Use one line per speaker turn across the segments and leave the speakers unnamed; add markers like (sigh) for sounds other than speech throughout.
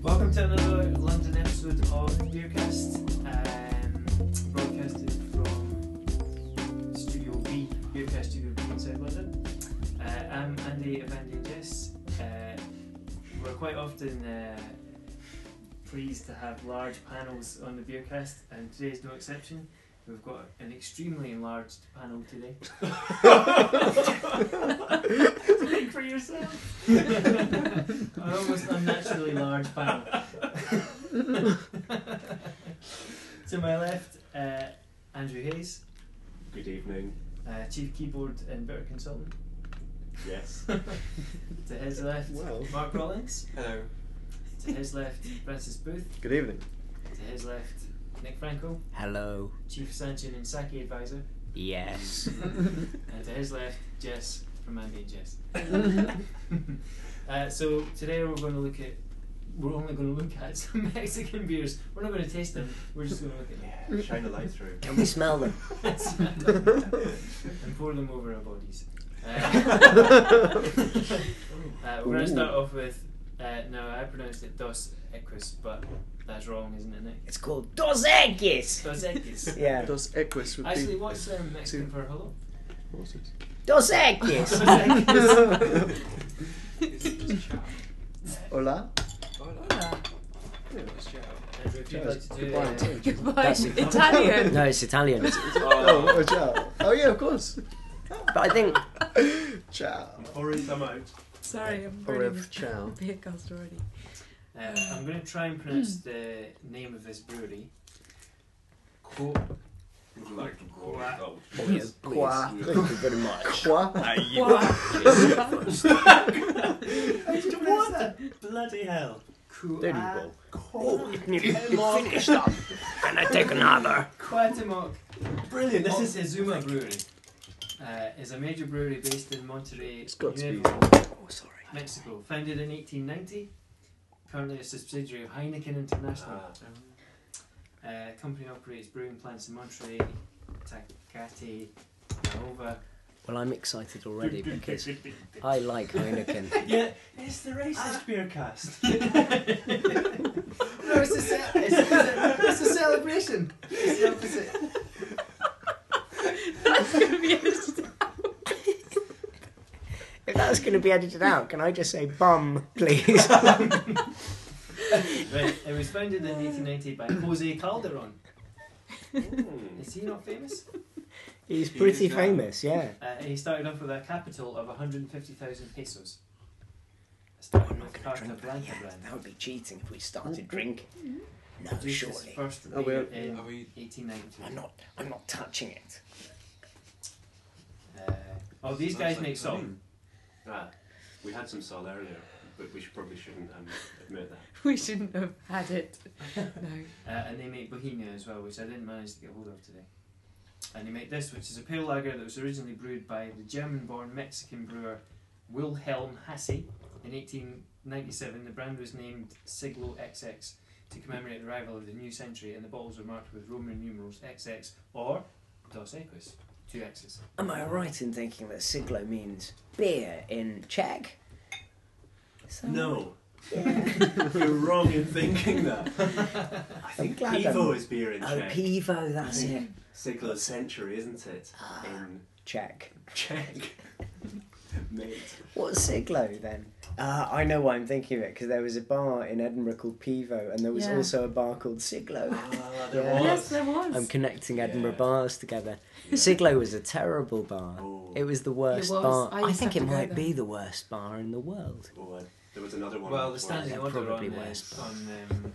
Welcome to another London episode of Beercast, um, broadcasted from Studio B, Beercast Studio B in South London. Uh, I'm Andy Evandy Jess. Uh, we're quite often uh, pleased to have large panels on the Beercast, and today's no exception. We've got an extremely enlarged panel today. Speak for yourself. An almost unnaturally large panel. to my left, uh, Andrew Hayes,
Good evening.
uh, chief keyboard and bitter consultant.
Yes.
To his left,
Well.
Mark Rollins.
Hello.
To his left, Francis Booth.
Good evening.
To his left, Nick Franco,
Hello.
chief Sanchin and Saki advisor.
Yes.
And Uh, to his left, Jess from Andy and Jess. (laughs) uh, so today we're going to look at. We're only going to look at (laughs) some Mexican beers. We're not going to taste them. We're just going to look at them
Yeah, shine a light through.
Can we
(laughs)
smell them?
(laughs)
and pour them over our bodies.
(laughs)
Uh, (laughs) uh, we're going to
Ooh.
start off with. Uh, no, I pronounced it Dos Equis, but that's wrong, isn't it,
(laughs)
Nick?
(laughs) It's called Dos Equis.
Dos Equis.
Yeah.
Does Equus would
Actually,
be.
what's um, Mexican for hello?
What was it?
Dos
Dos
(laughs)
Equis.
Equis.
Hola.
Andrew, if you'd like to do uh,
Goodbye.
(laughs)
Goodbye.
That's it.
Italian.
No, it's Italian.
Oh, oh, ciao. Oh yeah, of course. (laughs)
But I
(laughs)
think
Ciao.
Pouring them out.
Sorry, I'm
Or
burning
if ciao.
the podcast already.
Uh, I'm going to try and pronounce the name of this brewery. Co- (laughs)
Would you like to Oh, pour
Quack.
out?
Yes, please.
Qua.
(laughs) Thank you very much.
Qua.
Aye.
(laughs)
what the bloody hell? Cool.
There you
uh,
go. Oh, it nearly it finished up. Can I take another?
Quatimoc.
Brilliant.
This is Izuma Brewery. Uh, is a major brewery based in Monterrey,
It's got to be.
Nuevo,
Oh, sorry.
Mexico. Founded in 1890, currently a subsidiary of Heineken International. Uh, company operates brewing plants in Monterey, Tacate, Nova.
Well, I'm excited already because I like Heineken.
Yeah, Ah. it's the racist beer (laughs) cast. no, it's a, ce- it's, a, it's a celebration. It's the opposite.
That's gonna be interesting.
(laughs) if that's going to be edited out, can I just say bum, (laughs) please?
Right, it was founded in 1890 by Jose Calderon. Is he not famous?
He's
He
pretty
is now.
famous, yeah.
Uh, he started off with a capital of 150,000 pesos. Starting
not
with
gonna
Carta
drink that
Blanca
yet.
brand.
That would be cheating if we started drinking.
Mm-hmm.
No,
Produced his
surely.
first
Oh,
beer
well,
in
are we-
1890.
I'm not. I'm not touching it.
Uh, oh, these guys make salt.
Ah, we had some salt earlier, but we should, probably shouldn't um, admit that.
We shouldn't have had it. No.
Uh, and they make Bohemia as well, which I didn't manage to get hold of today. And they make this, which is a pale lager that was originally brewed by the German born Mexican brewer Wilhelm Hasse in 1897. The brand was named Siglo XX to commemorate the arrival of the new century, and the bottles were marked with Roman numerals XX or Dos Equis, two X's.
Am I right in thinking that siglo means beer in Czech? So-
No. You're wrong in thinking that. I think
glad (laughs) I'm-
Pivo is beer in
Oh,
Czech.
pivo, that's it.
Siglo century, isn't it?
Ah.
In
Czech.
Czech. Mate.
What's siglo then? Uh, I know why I'm thinking of it because there was a bar in Edinburgh called Pivo, and there was
Yeah.
also a bar called Siglo.
Ah,
Yeah.
there
Yes,
was.
there was.
I'm connecting Edinburgh
Yeah.
bars together.
Yeah.
Siglo was a terrible bar.
Oh.
It was the worst
was.
bar.
I
I,
used to
think
have
it
to go
might
there.
be the worst bar in the world.
Oh, uh, there was another one.
Well, the
as
standing
Yeah,
order on,
probably
uh,
West.
on um,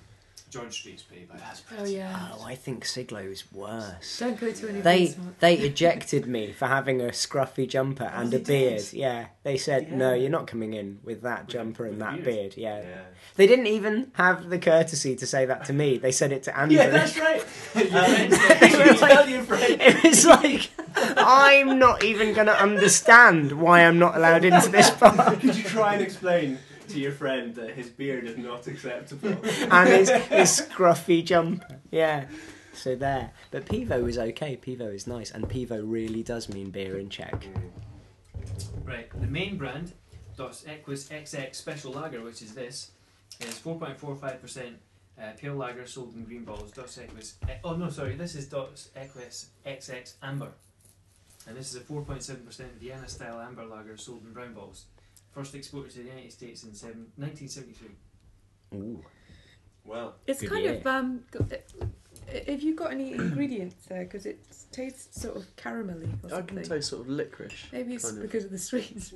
George Street's pretty bad. That's
Oh yeah.
Oh, I think Siglo is worse.
Don't go to any
They
place, Mark.
they ejected me for having a scruffy jumper and
they
a
did.
beard. Yeah, they said no,
Yeah.
you're not coming in with that
With-
jumper and
with
that
beard.
beard. Yeah.
Yeah.
they didn't even have the courtesy to say that to me. They said it to Andrew.
Yeah,
(laughs)
that's right. Uh, (laughs)
They
You
were
tell your
(laughs)
friend.
it was like I'm not even gonna understand why I'm not allowed into this bar.
Could you try and explain to your friend that his beard is not acceptable? Mm,
and his, his scruffy jumper. Yeah. So there. But Pivo is okay. Pivo is nice. And Pivo really does mean beer in Czech.
Right, the main brand, Dos Equis XX Special Lager, which is this, is 4.45% uh, pale lager sold in green bottles. Dos Equis. eh, Oh no, sorry, this is Dos Equis XX Amber, and this is a 4.7% Vienna style amber lager sold in brown bottles. First exported to the United States in seven, 1973.
Ooh.
Well,
(laughs) It's
Good
kind
year.
of um. g- uh, Have you got any ingredients there? Because it tastes sort of caramelly or
I
something.
can taste sort of licorice.
Maybe it's
kind of.
because of the
(laughs)
sweets.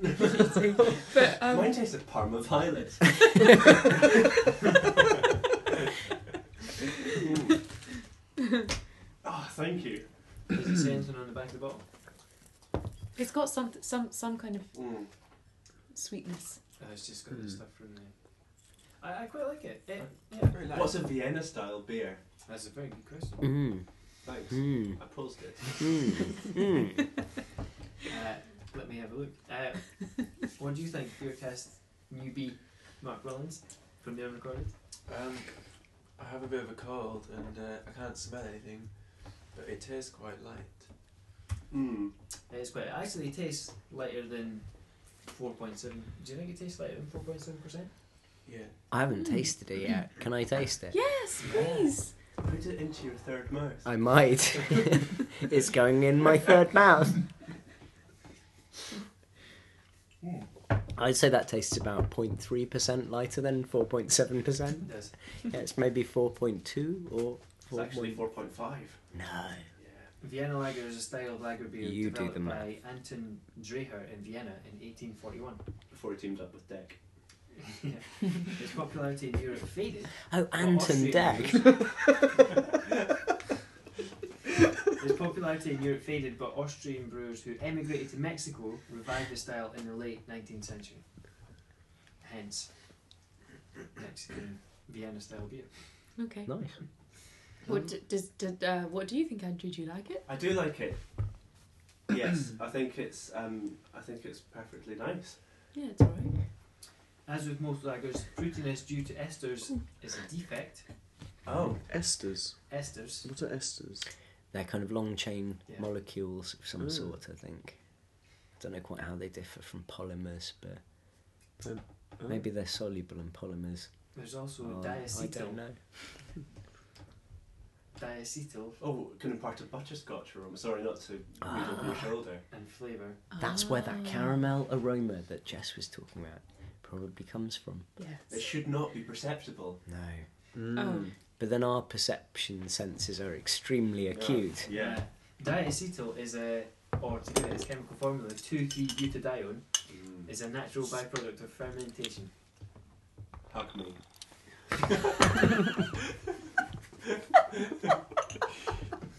but um,
mine tastes of Parma (laughs) violet. Mm. oh, thank you.
Does it say anything on the back of the bottle?
it's got some some some kind of
Mm.
sweetness.
Uh, it's just got the
Hmm.
stuff from the. I, I quite like it. it yeah.
What's a Vienna style beer?
That's a very good question.
Mm.
Thanks.
Mm.
I paused it.
Mm. Mm.
Uh, let me have a look. Uh, (laughs) what do you think, beer test newbie Mark Rollins from the unrecorded?
Um, I have a bit of a cold and uh, I can't smell anything, but it tastes quite light.
Mm.
It's quite. It actually tastes lighter than four point seven. Do you think it tastes lighter than four point seven percent?
Yeah.
I haven't tasted it yet. Can I taste it?
Yes, please.
Put it into your third mouth.
I might. (laughs) it's going in my third mouth. I'd say that tastes about 0.3% lighter than 4.7%.
It does.
Yeah, it's maybe 4.2 or
It's
4.
actually 4.5.
No.
Vienna lager is a style of lager beer
You do
developed
the math.
by Anton Dreher in Vienna in (laughs) 1841.
Before he teamed up with Deck.
Yeah. Its popularity in Europe faded.
Oh,
Well,
Anton
Austria-
Deck.
Its popularity in Europe faded, but Austrian brewers who emigrated to Mexico revived the style in the late 19th century. Hence, Mexican Vienna style beer.
Okay.
Nice.
What d- does did, uh, what do you think, Andrew? Do you like it?
I do like it. (clears throat) Yes, I think it's um, I think it's perfectly nice.
Yeah, it's alright.
As with most lagers, fruitiness due to esters is a defect.
Oh,
Esters.
Esters.
What are esters?
They're kind of long chain
Yeah.
molecules of some
Mm.
sort, I think. Don't know quite how they differ from polymers, but
Oh.
maybe they're soluble in polymers.
There's also
Oh, I
diacetyl.
don't know.
Diacetyl
oh, can impart a butterscotch aroma. Sorry, not to read over your
Ah.
shoulder.
and flavour.
That's where that
Ah.
caramel aroma that Jess was talking about probably comes from.
It
Yes.
should not be perceptible.
No.
Oh.
Mm.
But then our perception senses are extremely acute.
Yeah.
Uh, Diacetyl is a, or to give it its chemical formula, 2,3-butadione,
Mm.
is a natural byproduct of fermentation.
Hug me.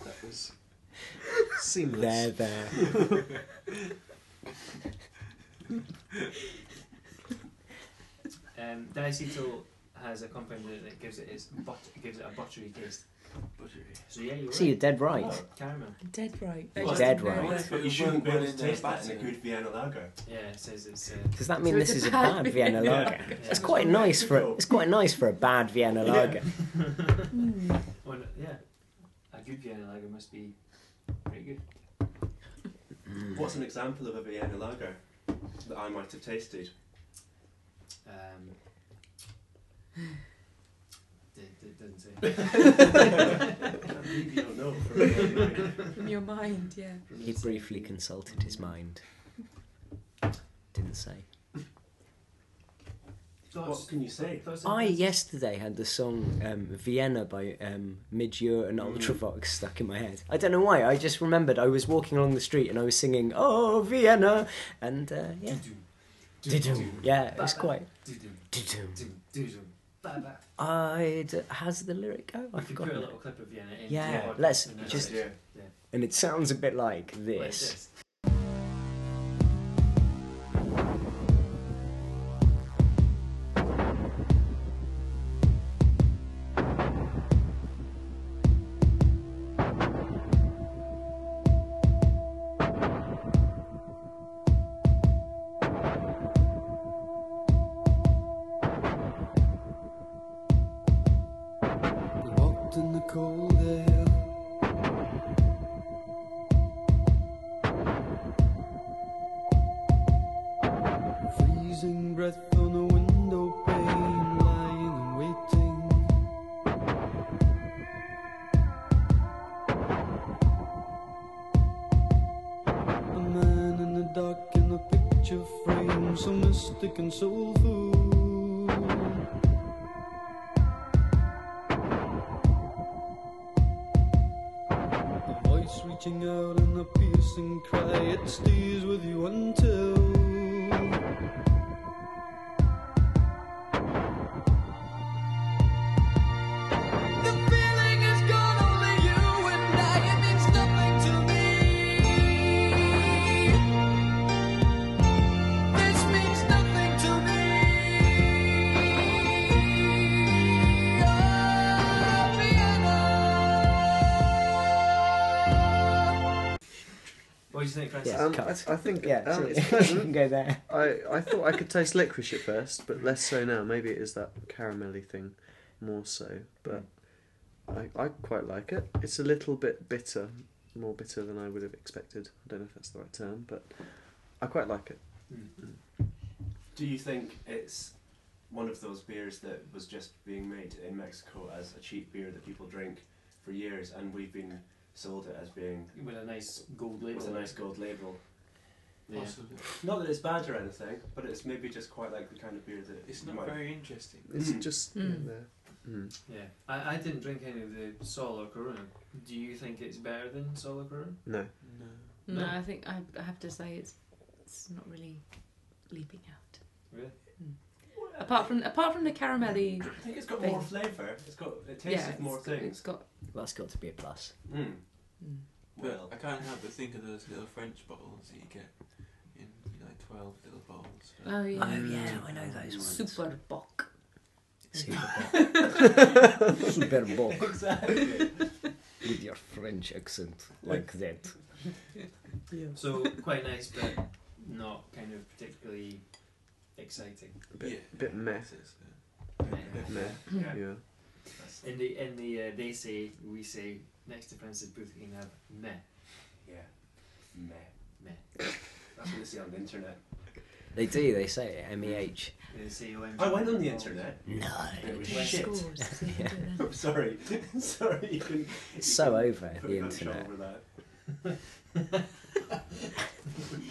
That was seamless.
There, there.
Um, diacetyl has a compound in it that gives it its but gives it a buttery taste.
Buttery.
So yeah, you're
So you're dead right.
Oh, caramel.
Dead right.
Well,
Just
dead
no
right.
way.
But
But you
it
shouldn't
won't
be able
go
to
in there
taste that in a
batter.
good Vienna lager.
Yeah, it says it's. Uh,
Does that
So
mean
it's
this
a
is a
bad
bad Vienna
Vienna
lager?
yeah.
It's quite nice for a, it's quite nice for a bad Vienna lager.
(laughs)
Mm.
Well, Oh, yeah, a good Vienna lager must be pretty good.
Hmm.
What's an example of a Vienna lager that I might have tasted?
Um, (sighs) it, it doesn't say.
(laughs) Maybe you don't know. From memory.
In your mind, yeah.
He briefly consulted his mind. Didn't say.
what can you say?
Thoughts on
I
this?
yesterday had the song um, Vienna by um, Midure and
Mm.
Ultravox stuck in my head. I don't know why. I just remembered I was walking along the street and I was singing "Oh Vienna" and uh, yeah,
Do-do,
Did
do-do,
yeah, it was
Ba-ba.
quite.
do-do,
Did
do-do, do-do. Baba.
I d- how's the lyric go? I
We could
forgot.
put a little clip of Vienna in.
Yeah,
the podcast
let's
and then
just-
like
yeah.
And it sounds a bit like this.
this.
We walked in the cold air. Freezing breath on a window pane, lying and waiting. A man in the dark in a picture frame, so mystic and soulful. A voice reaching out in a piercing cry, it stays with you until. The feeling is gone, only you and I, it means nothing to me. This means nothing to me. Oh, Vienna.
What do you think, Francis?
Yeah,
Um, I,
cut.
I think
Yeah,
um,
so-
it's
(laughs) you can
pleasant.
go there.
I, I thought I could taste licorice at first, but less so now. Maybe it is that caramelly thing more so, but I, I quite like it. It's a little bit bitter, more bitter than I would have expected. I don't know if that's the right term, but I quite like it.
Do you think it's one of those beers that was just being made in Mexico as a cheap beer that people drink for years, and we've been sold it as being
With a nice gold label.
with a nice gold label?
Yeah.
Possibly.
Not that it's bad or anything, but it's maybe just quite like the kind of beer that
It's
you
not
might-
very interesting.
It's
Mm.
just
Mm.
in there. Mm.
Yeah. I, I didn't drink any of the Sol or Corona. Do you think it's better than Sol or Corona?
No,
No.
No.
No, I think I, I have to say it's it's not really leaping out.
Really?
Apart from apart from the caramelly,
I think it's got
Thing.
more flavour. It's got it tastes
yeah,
of more
it's got, it's
things.
got.
That's got to be a plus.
Mm.
Mm.
Well,
But
(laughs)
I can't help but think of those little French bottles that you get in you know, twelve little bottles.
Oh yeah,
Oh yeah, I know those ones.
super bock.
(laughs) Super Bowl. Super Bowl
exactly.
with your French accent like that.
(laughs) So quite nice, but not kind of particularly exciting.
a bit,
yeah.
bit meh.
That's it, so.
Bit meh.
yeah.
Yeah.
That's-
In the in the uh, they say we say next to Francis Booth we can have meh
yeah. Meh.
meh.
That's what they say on the internet.
They do. They say it. M E H.
They say OMG.
I went on the internet.
No.
It was shit.
Scores. yeah.
(laughs)
(laughs)
I'm sorry. sorry, you can.
It's so over
put
the
that shot
internet.
Over that.
(laughs)
You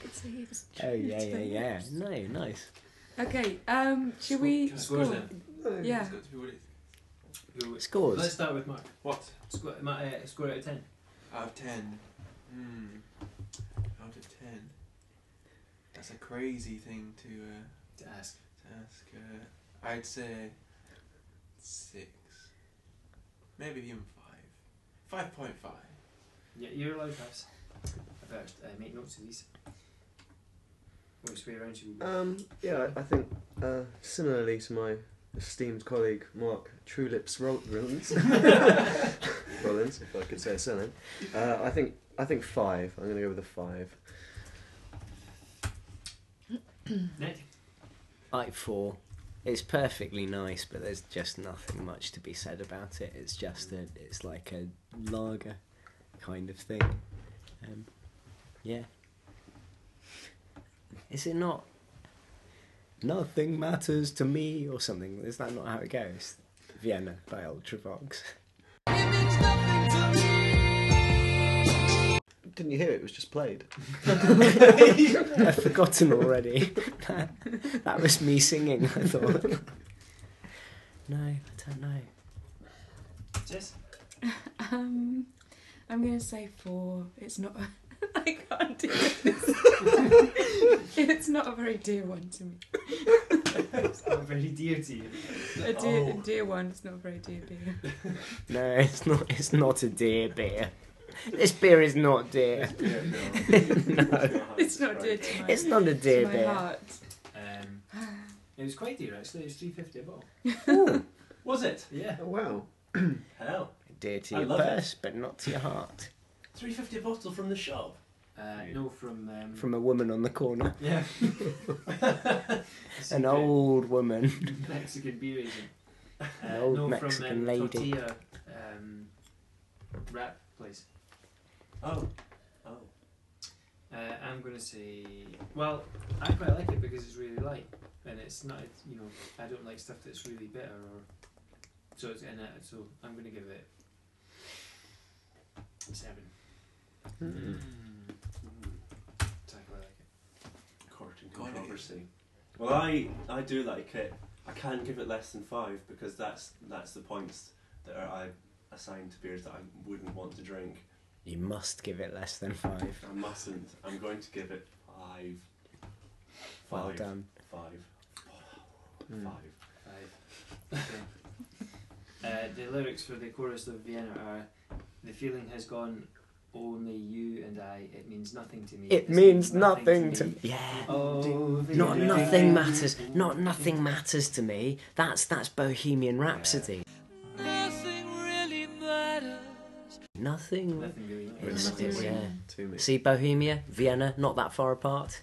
could say it was
Oh
true
yeah,
to
yeah,
the
yeah.
lips.
No, nice.
Okay, um, should we
Can I
score?
score
it?
then?
Yeah.
It's got to be what it-
Who- Let's
Scores.
start with Mark.
What?
Score, Ma- uh, score out of ten.
Out of ten. Hmm. Out of ten. That's a crazy thing to uh,
To ask.
to ask. Uh, I'd say six, maybe even five. Five point five.
Yeah, you're allowed to ask. I better uh, make notes of these. Which way around should we go?
Um, yeah, I, I think uh, similarly to my esteemed colleague Mark True Lips Roll-
(laughs)
Rollins, Rollins, if I could say his surname, uh, I think I think five. I'm going to go with a five.
Nick.
I four. It's perfectly nice, but there's just nothing much to be said about it. It's just a. It's like a lager kind of thing. Um, yeah. Is it not? Nothing matters to me, or something. Is that not how it goes? Vienna by Ultravox.
It means nothing to me.
Didn't you hear it? It was just played.
I've forgotten already. (laughs) that, that was me singing, I thought. no, I don't know.
Jess.
Um, I'm gonna say four. It's not. (laughs) I can't do this. it's not a very dear one to me.
It's not very dear to you.
A dear,
Oh.
a dear one. It's not a very dear beer.
No, it's not. It's not a deer beer. This beer is not deer.
Yeah, no. (laughs)
It's not dear to my,
It's not a
to
deer
my
beer.
heart.
Um, it was quite dear actually. It was three fifty a bottle.
Was it?
Yeah.
Oh, wow.
Hell.
Dear to
I
your
love it.
purse, but not to your heart.
350 a bottle from the shop.
Uh, no, from um,
From a woman on the corner, (laughs)
yeah,
an old woman.
Mexican beer agent. Uh,
An old
no, from
Mexican
um,
lady.
tortilla um, wrap place.
Oh. Oh.
Uh, I'm gonna say, well, I quite like it because it's really light, and it's not, it's, you know, I don't like stuff that's really bitter or so it's in it. So I'm gonna give it seven.
Mm.
Mm.
So I quite like it.
Court and
Go on,
controversy. Well, I, I do like it. I can give it less than five because that's that's the points that are I assigned to beers that I wouldn't want to drink.
You must give it less than five.
I mustn't. I'm going to give it five.
Well
Five.
done. Hmm.
Five.
Hmm.
Mm.
Five.
Five. Okay. uh, the lyrics for the chorus of Vienna are, "The feeling has gone, only you and I. It means nothing to me.
It
This
means nothing to me. Yeah.
Oh, the
Not
day-
nothing matters. Not nothing matters to me. That's that's Bohemian Rhapsody. Nothing really matters.
Nothing really
Nothing.
matters.
Is,
Nothing
is,
really
yeah.
To me.
See Bohemia, Vienna, not that far apart.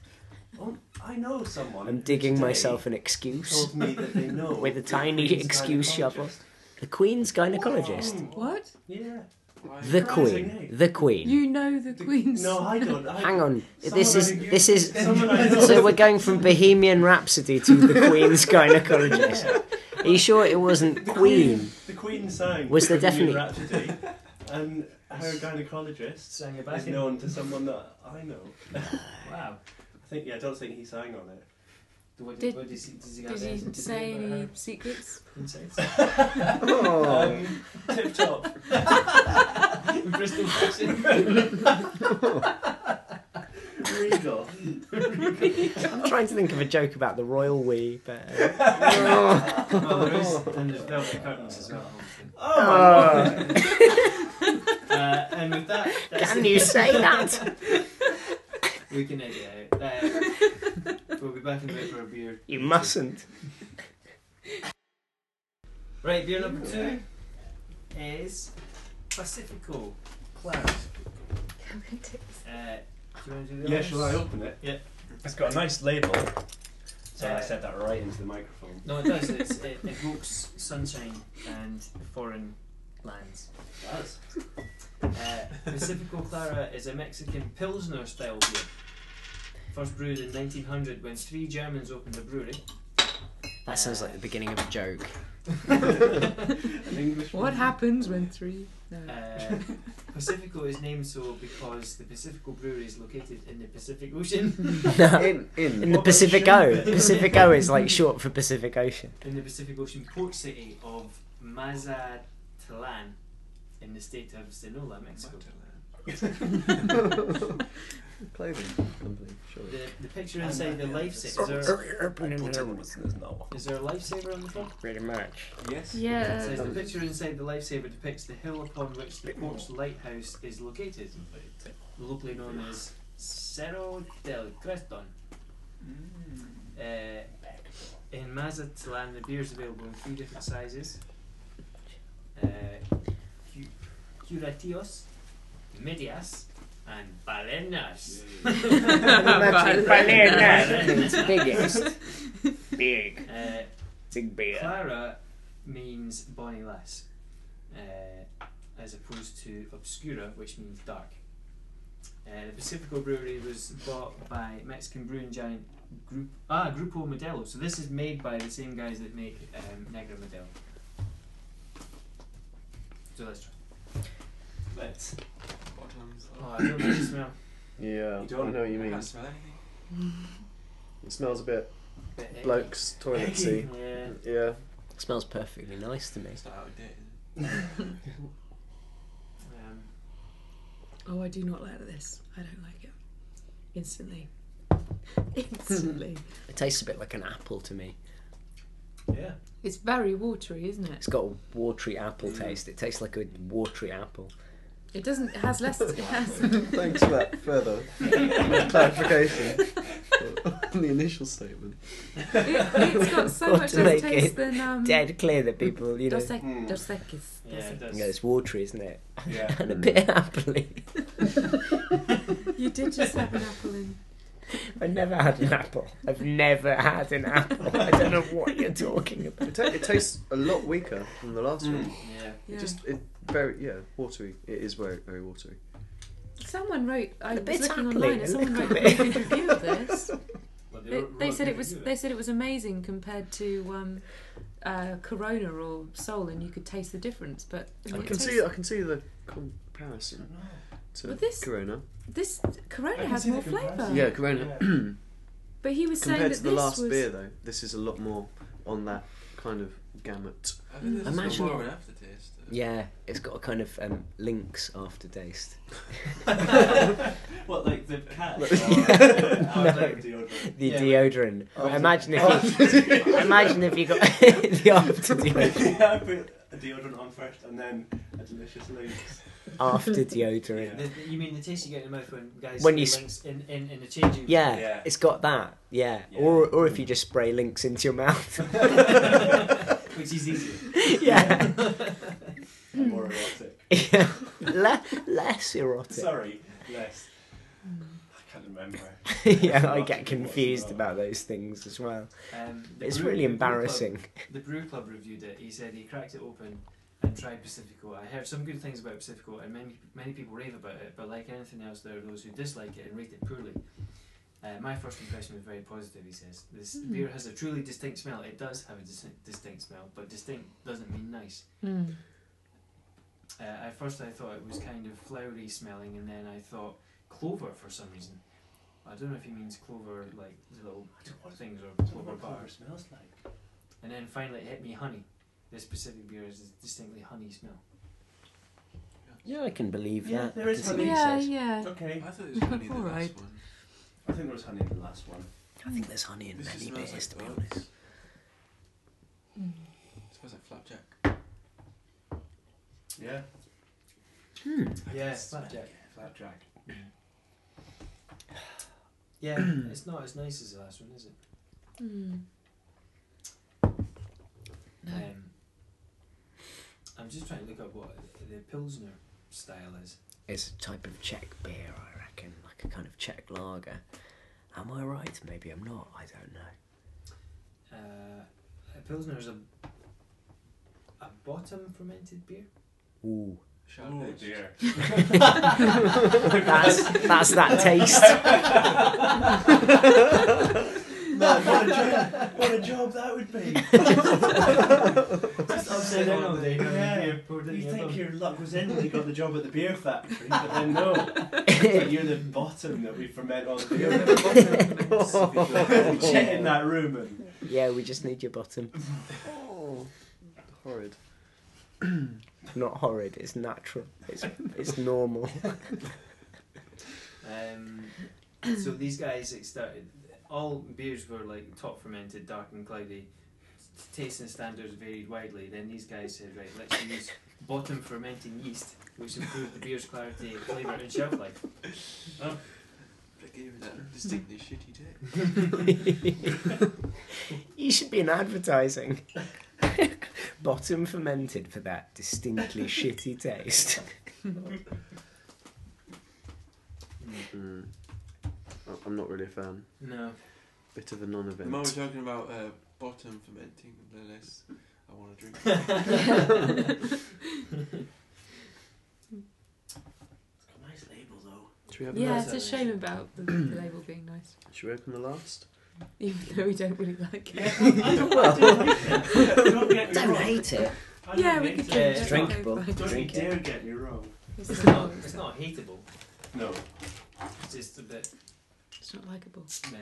Oh, I know someone.
I'm
who
digging
today
myself an excuse.
Told me that they know
(laughs) With a
the
tiny
Queen's
excuse shovel.
gynecologist.
The Queen's gynecologist.
Mm,
What?
Yeah.
Why?
The
Surprising
Queen.
name.
The Queen.
You know the Queen's.
No,
(laughs)
I don't. I,
Hang on.
Someone
this is
I knew-
this is
someone I know.
So we're going from Bohemian Rhapsody to the (laughs) Queen's gynecologist. Are you sure it wasn't
The
Queen?
The Queen sang. (laughs)
Was there
Bohemian
definitely-
Rhapsody, and her gynecologist
Sang it back
is
in.
known to someone that I know.
Wow.
I think. Yeah, I don't think he sang on it.
What,
Did-
what does he, does he have
Did
anything
he
to uh,
say
about
any
her
secrets?
insights?
Oh,
(laughs) Um, tip
(laughs)
top.
Bristol fashion.
Regal.
I'm trying to think of a joke about the royal we, but uh, Oh.
Well, there is, and there's velvet curtains as well.
Oh my god.
Uh, and with that, that's
can
it.
you say
(laughs)
that?
We can edit it out. Uh, we'll be back in a bit for a beer.
(laughs) You mustn't.
Right, beer number two is Pacifico Cloud. Uh, do you want to do the
Yeah,
honors?
shall I open it?
Yeah.
It's got a nice label. Sorry, I said that right into the microphone.
No, it does. It's, it evokes sunshine and foreign lands.
It does.
Uh, Pacifico Clara is a Mexican Pilsner style beer. First brewed in 1900 when three Germans opened a
(laughs)
brewery.
That sounds like the beginning of a (laughs) joke.
An English.
What happens when three? No.
Uh, Pacifico is named so because the Pacifico brewery is located in the Pacific Ocean.
No.
in in
In the
What
Pacific
about
O.
Shinbin?
Pacific O is like short for Pacific Ocean.
In the Pacific Ocean port city of Mazatlan in the state of Sinaloa, Mexico.
(laughs) clothing company. Surely.
The, the picture inside the
Oh,
lifesaver. Is there,
Yes.
is there a lifesaver on the front?
(laughs)
Pretty much.
It
Yeah.
says the picture inside the lifesaver depicts the hill upon which the port's lighthouse is located, locally known as Cerro del Creston. Uh, in Mazatlan, the beer is available in three different sizes: uh, cu- curativos, medias, and balenas.
It's
(laughs)
biggest.
(laughs)
Big.
Uh,
Big beer.
Clara means bonnie lass, uh, as opposed to obscura, which means dark. Uh, the Pacifico Brewery was bought by Mexican brewing giant Group Ah Grupo Modelo. So this is made by the same guys that make um, Negra Modelo. So let's try.
Let's.
Bottoms.
Oh, I don't really smell.
Yeah,
You don't-
I know what you
I
mean.
can't smell anything.
It smells a bit
Bit eggy.
blokes toilet
Eggy.
seat.
Yeah.
Yeah.
Smells perfectly nice to me.
It's not out of date. is it?
(laughs) Um,
Oh, I do not like this. I don't like it.
(laughs)
Instantly. Instantly.
It tastes a bit like an apple to me.
Yeah.
It's very watery, isn't
It's
it?
got a watery apple taste. It tastes like a watery apple.
It doesn't. It has less.
(laughs)
(laughs)
It has. (laughs)
Thanks for that further
(laughs)
clarification on (laughs) the initial statement.
It, it's got so
Or
much
to
less
make
taste
it
than
Mm.
um.
Dead clear that people, you know,
Dos,
Hmm.
Dos Equis.
Yeah, it does.
yeah, it's watery, isn't it?
Yeah.
(laughs) and a bit apple.
You did just have an apple in.
I've never had an apple. I've never had an apple. I don't know what you're talking about.
It, ta- it tastes a lot weaker than the last one.
Yeah.
It
Mm. Yeah.
just it very yeah watery. It is very very watery.
Someone wrote. I
A
was
bit
looking
apple-y,
online.
a
And someone wrote
little (laughs)
a really good review of this.
Well,
They,
wrote-
they
wrote
said it
good
was.
review.
They said it was amazing compared to um, uh, Corona or Sol, and you could taste the difference. But I
I
mean, it
can see
tastes-
I can see the comparison to
Well, this-
Corona.
this
I
Corona
can
has
see
more
the comparison.
flavour.
Yeah, Corona.
But he
(clears throat)
was saying
Compared
that
to the
this
last
was.
beer though, this is a lot more on that kind of gamut.
I think there's
Imagine-
Imagine. more of an aftertaste. though.
Yeah, it's got a kind of um, lynx aftertaste.
(laughs) what, like the (laughs) cat?
Yeah.
Or, uh,
No.
like deodorant?
The
Yeah,
deodorant.
Oh,
imagine
is
if
(laughs)
you (laughs) imagine if you got the (laughs) after deodorant.
yeah, I put a deodorant on first and then a delicious links.
After deodorant.
The, the- you mean the taste you get in the mouth when guys
When
do
you s-
links in, in, in the changing room?
(laughs)
Yeah,
Yeah.
it's (laughs) got that. Yeah.
Yeah.
Or or if you just spray links into your mouth. (laughs)
which is easy.
yeah.
And more erotic.
yeah. Le- less erotic.
Sorry, less. I can't (laughs) remember.
(laughs) yeah, I
Lots
get
of
confused
what's
about those things as well.
(laughs) Um, the
It's
brew-
really
the brew club-
embarrassing.
The brew club reviewed it. He said he cracked it open and tried Pacifico. I heard some good things about Pacifico, and many many people rave about it. But like anything else, there are those who dislike it and rate it poorly. Uh, my first impression was very positive. He says this
Hmm.
beer has a truly distinct smell. It does have a dis- distinct smell, but distinct doesn't mean nice.
Mm.
Uh, at first, I thought it was kind of flowery smelling, and then I thought clover for some reason. I don't know if he means clover like the little things or
That's what
clover
my
bar.
clover smells like.
And then finally, it hit me honey. This specific beer is a distinctly honey smell.
Yeah, I can believe
Yeah,
that.
there
I
is
can see
something
what he
Yeah,
says.
yeah.
Okay.
I thought it was funny the
Alright.
last one.
I think there was honey in the last one.
I think there's honey in
This just
many
smells like
beers, to be
bugs.
honest.
Mm.
It smells like flapjack.
Yeah.
Hmm.
Yeah, flapjack.
Flapjack.
(clears throat) Yeah, it's not as nice as the last one, is it?
Mm. No.
Um, I'm just trying to look up what the Pilsner style is.
It's a type of Czech beer, I reckon, like a kind of Czech lager. Am I right? Maybe I'm not. I don't know.
Uh, a Pilsner is a a bottom fermented (laughs) beer.
Ooh, (laughs)
Oh
Charlotte.
(laughs) dear.
that's that's that taste.
Man, what a (laughs) job! What a job that would (laughs) be.
Just
upside down all day, having
Yeah.
beer You think your luck was in when you got the job at the beer factory, but then no. (laughs) But you're the bottom that we ferment all the (laughs) beer. Shit in that room and
Yeah, we just need your bottom.
Oh, horrid.
Not horrid. It's natural. It's it's normal. (laughs)
Um, so these guys it started. All beers were like top fermented, dark and cloudy. Tasting standards varied widely. Then these guys said, right, let's use bottom fermenting yeast, which improved the beer's clarity, flavour, and shelf life.
They gave it a distinctly shitty taste.
you should be in advertising. (laughs) bottom fermented for that distinctly shitty taste.
Mm. I- I'm not really a fan.
No, (laughs)
Bit of a non-event.
The more we're talking about uh, bottom fermenting, the less I want to drink.
(laughs) got a nice label though.
Should we have?
Yeah,
nice
it's a
idea.
shame about the, the label being nice, (laughs)
The, should we open the last?
even though we don't really like it.
Don't get me
Don't
wrong.
hate it.
I don't
Yeah, we
hate it.
could drink
It's
it.
drinkable.
Don't go
Don't you
Drink it.
dare get me wrong.
back.
it's not. It's not hateable.
No.
It's just a bit.
It's not likable.
Meh.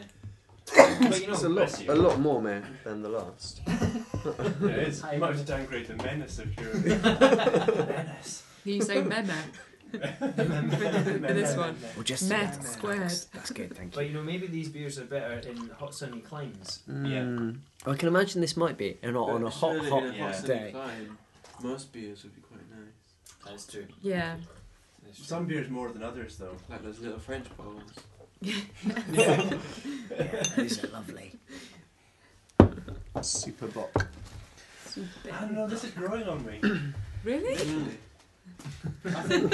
But you know,
It's a
bless
lot,
you.
a lot more meh than the last.
It is.
Hi,
Much
Mona.
(laughs) downgrade the menace of your menace.
You say meme. this one.
Or just
Meth
yeah,
squared.
That's, that's good, thank
But
you.
you know, maybe these beers are better in hot sunny climes.
Mm.
I can imagine this might be, and not on a
But
hot,
surely
hot,
in a
hot
hot
sunny
(laughs)
day.
Climb, most beers would be quite nice.
That's true.
Yeah. (laughs)
Some beers more than others, though.
Like those little French bowls.
Yeah, these are lovely.
Super Bock.
I don't know. This is growing on me.
(clears throat) Really? (laughs)
Really?
I think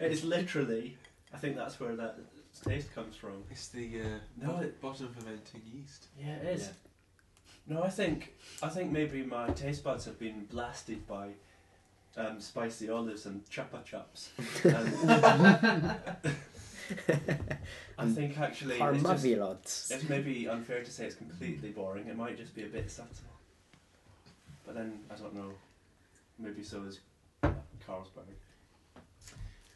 it is literally. I think that's where that taste comes from.
It's the uh,
No,
bot-
it-
bottom fermenting yeast.
Yeah, it is. No, I think I think maybe my taste buds have been blasted by um, spicy olives and chapa chups. Um, I think actually it's, just,
Parmavilots.
it's maybe unfair to say it's completely boring. It might just be a bit subtle. But then I don't know. Maybe so is Carlsberg.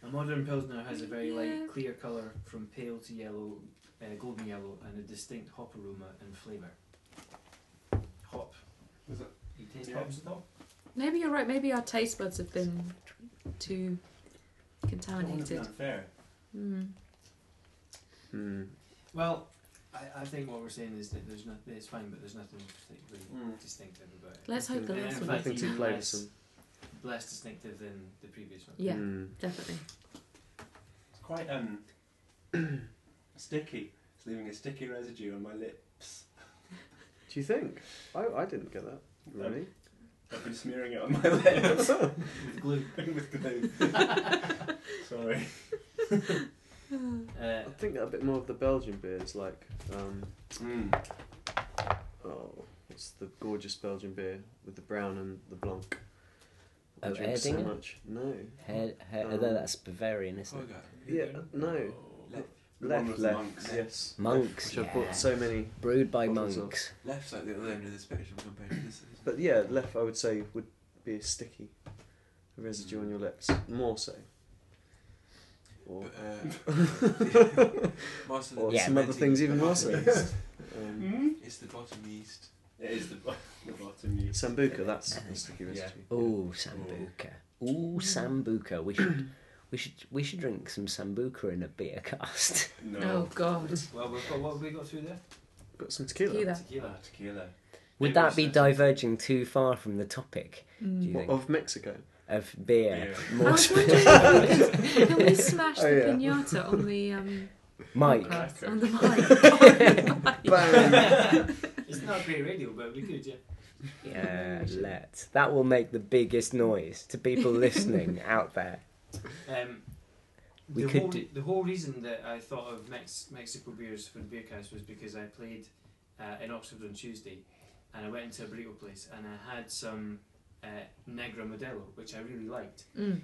A modern pilsner has a very
Yeah.
light, clear colour from pale to yellow, uh, golden yellow, and a distinct hop aroma and flavour. Hop.
Is it-
You taste
Yeah.
hops at all?
Maybe you're right. Maybe our taste buds have been too
Don't want to be
contaminated.
unfair.
Mm.
Mm.
Well, I, I think what we're saying is that there's not, it's fine, but there's nothing particularly
Mm.
distinctive about it.
Let's hope the
Yeah,
last
in
one.
fact-
Nothing too flavoursome.
Less distinctive than the previous one.
Yeah,
Mm.
definitely.
It's quite um sticky. It's leaving a sticky residue on my lips.
Do you think? I, I didn't get that. Really?
I've been smearing it on my
(laughs)
(laughs) lips
With glue.
with glue. (laughs) Sorry.
Uh,
I think that a bit more of the Belgian beers, like, um,
Hmm.
oh, it's the gorgeous Belgian beer with the brown and the blanc. I
Oh,
drink so
Erdinger?
much. No.
Hair, hair,
Um,
although that's Bavarian, isn't it?
Hogger.
Yeah, no.
Left,
The one
Left,
with the
left.
monks.
Yes.
Monks,
Which
yeah.
I've bought so many.
Brewed by
Bottles of-
monks.
left's like the other end of the spectrum compared to this. isn't it?
But yeah, left, I would say, would be a sticky residue on your
Mm.
lips. More so. Or,
But, uh, most of the
or
Yeah,
some other
fermenting-
things even more so.
(laughs)
um,
It's the bottom yeast.
Hmm? It is the, bo- the bottom
(laughs)
you.
Sambuca, that's a sticky residue.
Ooh, sambuca. Ooh, sambuca. We should, we should, we should drink some sambuca in a beer
(laughs)
cast.
Oh
No.
God.
well, we've got,
(laughs)
what have we got through there?
Got some tequila.
Tequila.
Tequila.
(laughs)
Ah, tequila.
Would
It
that
was
be
just-
diverging too far from the topic? Do you
What,
think?
of Mexico.
Of beer,
Beer.
I
(laughs)
more
was
so-
wondering, if we could- (laughs) can we smash
Oh,
the
yeah.
pinata on
(laughs)
the um,
(laughs) Mike.
(laughs) podcast- on
(laughs)
the mic? On the mic.
It's not great radio, but we could, yeah.
Yeah, let that will make the biggest noise to people listening out there.
Um,
We
the,
could
whole,
do-
the whole reason that I thought of Mex- Mexico beers for the beer cast was because I played uh, in Oxford on Tuesday and I went into a burrito place and I had some uh, Negra Modelo, which I really liked.
Mm.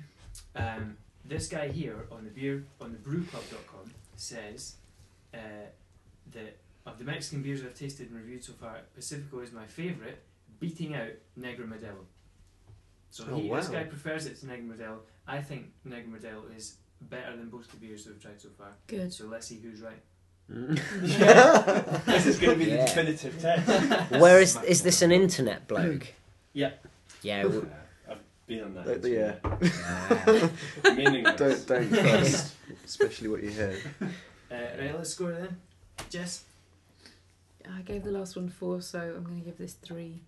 Um, this guy here on the beer on the brewclub.com says uh, that of the Mexican beers I've tasted and reviewed so far, Pacifico is my favourite, beating out Negra Modelo. So
Oh,
he, this
wow.
guy prefers it to Negra Modelo. I think Negra Modelo is better than both the beers we've tried so far.
Good.
So let's see who's right.
(laughs)
this is going to be
Yeah.
the definitive
(laughs)
test.
Where is is this an internet bloke?
Yeah.
Yeah. w-
I've been on that.
Like the,
internet.
yeah.
(laughs) Meaningless.
don't don't trust, especially what you hear.
(laughs)
Uh, right, let's score it then. Jess?
I gave the last one four, so I'm going to give this three.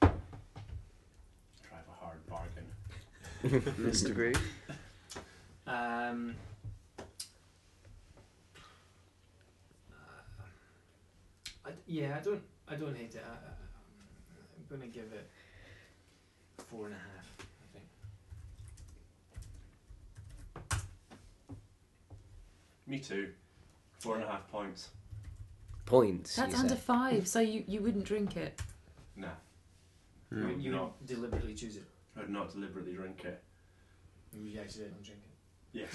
Drive a hard bargain.
Miss degree.
Um, uh, I, yeah, I don't, I don't hate it. I, I, I'm gonna give it four and a half. I think.
Me too. Four and a half points.
Points.
That's
you
under
say.
five, so you, you wouldn't drink it.
Nah,
You-
Mm.
You
No.
don't deliberately choose it.
I would not deliberately drink it.
You actually don't drink it.
Yes.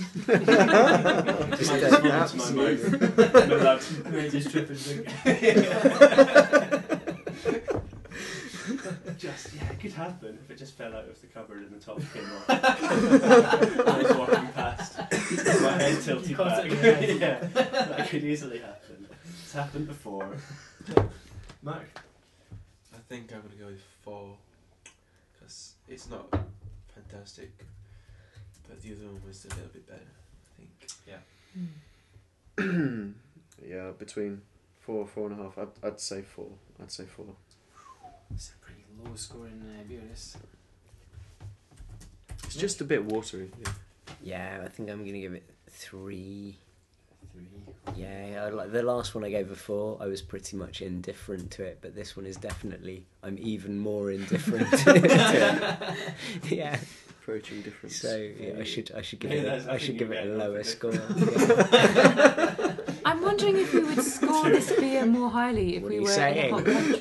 (laughs)
(laughs)
Just
Might
a-
as well into my mouth. No, that's- (laughs)
No, just trip and drink it.
Just yeah, it could happen if it just fell out of the cupboard and the top came off. (laughs)
(laughs)
I was walking past, my head tilted
You caught
back. (laughs)
it with your head.
yeah, that could easily happen. It's happened before.
Mark,
I think I'm gonna go with four because it's not fantastic. but the other one was a little bit better, I think.
(clears throat) Hmm. yeah, between four, four and a half. I'd, I'd say four. I'd say four.
It's a pretty low scoring uh, beer, this.
It's just a bit watery. Yeah.
Yeah, I think I'm gonna give it three.
(laughs)
Three. (laughs)
Yeah, I, like the last one I gave a four, I was pretty much indifferent to it, but this one is definitely I'm even more indifferent (laughs) to it. yeah,
Approaching difference.
so yeah, I should I should give
Yeah,
it
that's-
a, I
I
should
think
give
you're
it a
getting
lower
off
score.
I'm wondering if we
(laughs)
would score this beer more highly if
What are
we
you
were
saying?
in a hot country.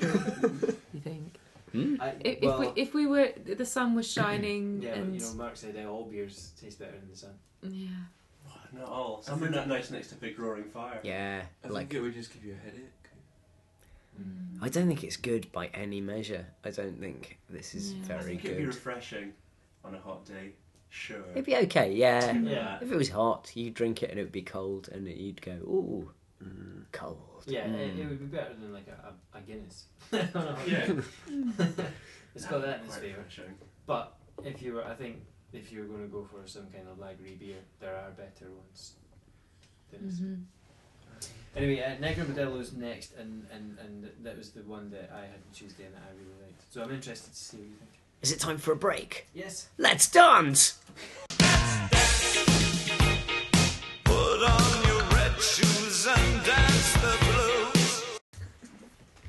(laughs)
You think?
Hmm?
I,
If,
well,
if we if we were the sun was shining
yeah, but
and
you know, Mark said uh, all beers taste better in the sun.
yeah.
Not all. Somewhere not nice next to big roaring fire.
Yeah,
I
like
think it would just give you a headache.
Mm.
Hmm.
I don't think it's good by any measure. I don't think this is
Yeah.
I
very
think it'd be
good.
refreshing on a hot day. Sure.
It'd be okay, yeah.
(laughs) Yeah.
If it was hot, you'd drink it and it would be cold, and you'd go, ooh, mm, cold.
Yeah, it, it
Mm.
would be better than like a, a, a Guinness. (laughs) yeah.
Yeah.
(laughs) it's got that in its
Quite
favour.
refreshing.
But if you were, I think, if you were going to go for some kind of lagery beer, there are better ones. Than this.
Mhm.
Anyway, uh, Negro Modelo next, and, and, and that was the one that I had on Tuesday and that I really liked. So I'm interested to see what you think.
Is it time for a break?
Yes.
Let's dance!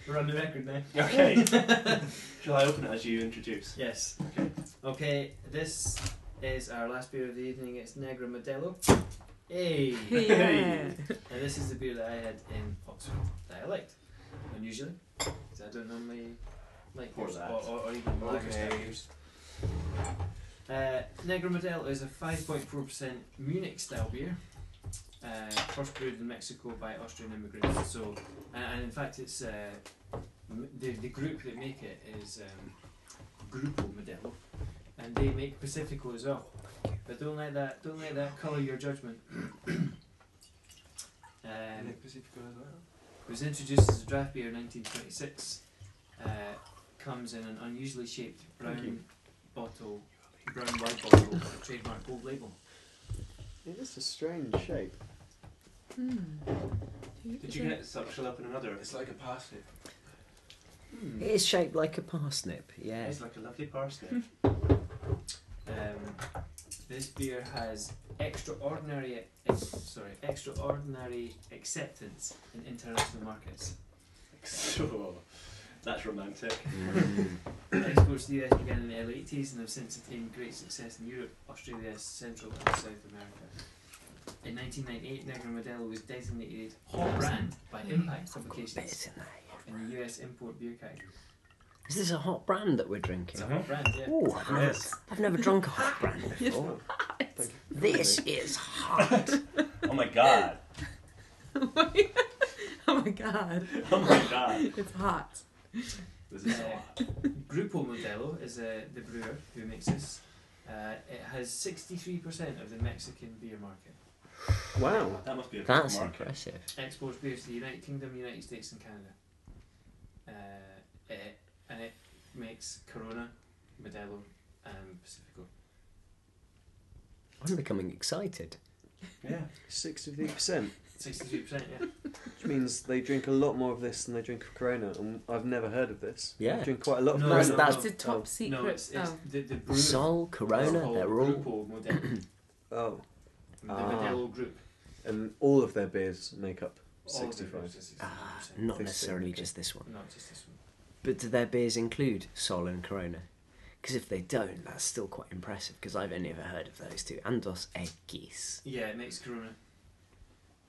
We're on the record (laughs) now.
Okay. Shall I open it as you introduce?
Yes. Okay, this is our last beer of the evening. It's Negro Modelo. Hey!
Yeah.
(laughs) And this is the beer that I had in Oxford that I liked. Unusually, 'cause I don't normally like
Pour
beers
that.
or, or, or even lager style
Okay.
beers. Uh, Negro Modelo is a 5.4% Munich style beer, uh, first brewed in Mexico by Austrian immigrants. So, and, and in fact, it's uh, m- the, the group that make it is um, Grupo Modelo, and they make Pacifico as well. But don't let that don't let that colour
(coughs)
your judgment.
And
um,
Nick Pacifico as well.
it was introduced as a draft beer in 1926. Uh, comes in an unusually shaped
Thank
brown
you.
bottle, brown wide bottle, with a (laughs) trademark gold label.
It is a strange shape.
(laughs) Hmm.
Did you get it suctioned up in another?
It's like a parsnip.
It
Hmm. (laughs)
is shaped like a parsnip, yeah.
It's like a lovely parsnip.
Um, this beer has extraordinary, ex- sorry, extraordinary acceptance in international markets.
so, that's romantic.
Mm.
Exports to the US began in the early 80s and have since attained great success in Europe, Australia, Central and South America. In 1998, Negro Modelo was designated hot brand Mm. by Impact Publications
Bits in there.
in the US import beer category.
Is this a hot brand that we're drinking?
It's
Uh-huh.
a hot brand, yeah.
Ooh, I've never,
Yes.
I've never drunk a hot brand before.
(laughs)
this is hot.
(laughs) Oh my god.
(laughs) Oh my god,
Oh my god.
it's hot.
This is a lot.
Grupo Modelo is uh, the brewer who makes this. Uh, it has 63% of the Mexican beer market.
Wow.
That must be a big
That's
market.
impressive.
Exports beers to the United Kingdom, United States, and Canada. Uh, it, and it makes Corona, Modelo, and Pacifico.
I'm becoming excited.
Yeah.
63%.
63%, yeah.
Which means they drink a lot more of this than they drink of Corona. And I've never heard of this. They
Yeah.
drink quite a lot of
No,
Corona.
That's- that's-
It's a top secret.
No, it's, it's
oh.
the, the brew.
Sol,
is
Corona,
called
they're all.
Grupo
(clears throat)
Modelo.
Oh,
the
Ah.
Modelo group.
and all of their beers make up
All of their
65.
brews is 63%.
Ah, not
Fifteen,
necessarily
okay.
just this one.
Not just this one.
But do their beers include Sol and Corona? Because if they don't, that's still quite impressive. Because I've only ever heard of those two. Andos Eggs.
Yeah, it makes Corona.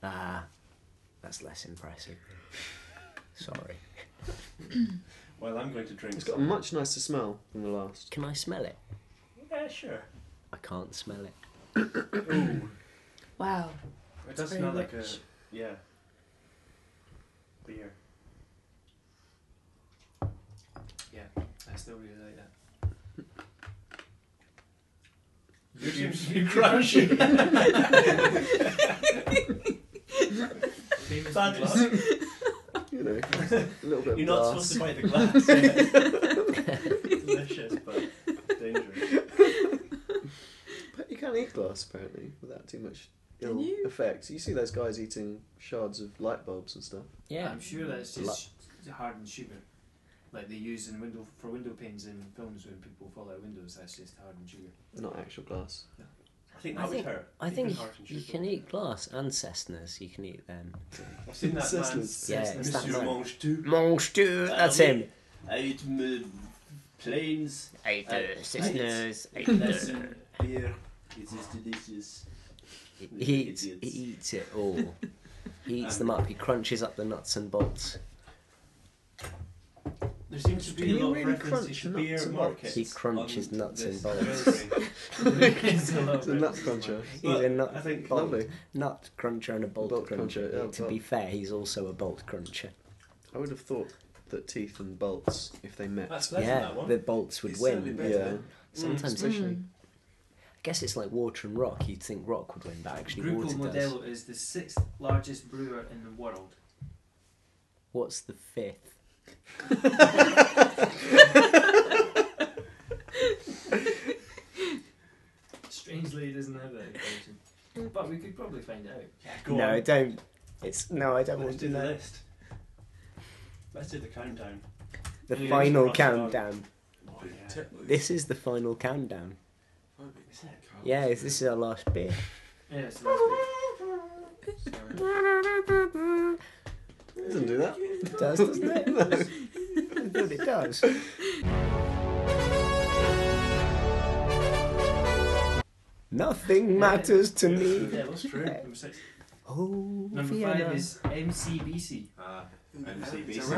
Ah, that's less impressive. Sorry.
Well, I'm going to drink.
It's got a
some.
much nicer smell than the
(laughs)
last.
Can I smell it?
Yeah, (clears throat) sure.
I can't smell it.
Ooh,
Wow.
it does
very
smell like a
rich.
yeah beer.
I still really like that.
You you crush.
(laughs) Famous
Bad
glass.
(laughs)
luck.
You know, a little bit of
You're not supposed
glass.
to bite the glass. (laughs) Delicious, but dangerous.
But you can't eat glass apparently without too much
Can
ill
you?
effects. You see those guys eating shards of light bulbs and stuff.
Yeah.
I'm sure that's just sh- hardened sugar. Like they use in window for window panes in films when people fall out of windows, that's just hardened sugar.
Not actual glass.
I think
I
that would
think-
hurt.
I think
Even harder than
you
sugar.
can eat glass and Cessnas. You can eat them.
I've seen that
Cessnas.
man.
Yeah,
Cessnas.
it's that
Monsieur
man.
Mange too.
Mange du. That's him.
I eat me planes.
Ate
Uh,
Cessnas. (laughs) Ate
That's
the-
beer. It is delicious.
He eats, he
Idiots.
eats it all. He eats them up. He crunches up the nuts and bolts.
There seems to
Can
be a
you
lot
really
of reference
crunch
to
nuts
beer
and bolts?
markets.
He crunches
on
nuts
this
and bolts.
railway.
(laughs)
It's a lot of
It's a
(laughs)
nut
references,
cruncher.
man.
He's
Well,
a nut,
I think-
bolt-
Lovely.
nut cruncher and a bolt,
Bolt
cruncher.
cruncher, yeah,
to be fair, he's also a bolt cruncher.
I would have thought that teeth and bolts, if they met,
That's pleasant,
yeah,
that one.
the bolts would
It's certainly
win.
better.
Yeah.
Sometimes,
Mm.
I
Hmm.
guess it's like water and rock. You'd think rock would win, but actually
Grupo
water does.
Modelo is the sixth largest brewer in the world.
What's the fifth?
Strangely, it doesn't have that (laughs) information. But we could probably find out.
Yeah, go
no,
on.
don't. It's no, I don't
Let's
want to
do the
know.
list. Let's do the countdown.
The
Anyway,
final
cross it out.
countdown.
Oh, yeah.
Technically,
This is the final countdown.
might be-
Is it?
Can't-
Yeah, this is our last bit.
Yeah, so (laughs) that's
Sorry.
doesn't do that.
It does, doesn't (laughs) it? I thought it does. Nothing matters to
good.
me.
Yeah, that's true. Number six.
Oh,
Number
Vienna.
five is MCBC.
(laughs)
Ah,
It's
MCBC.
a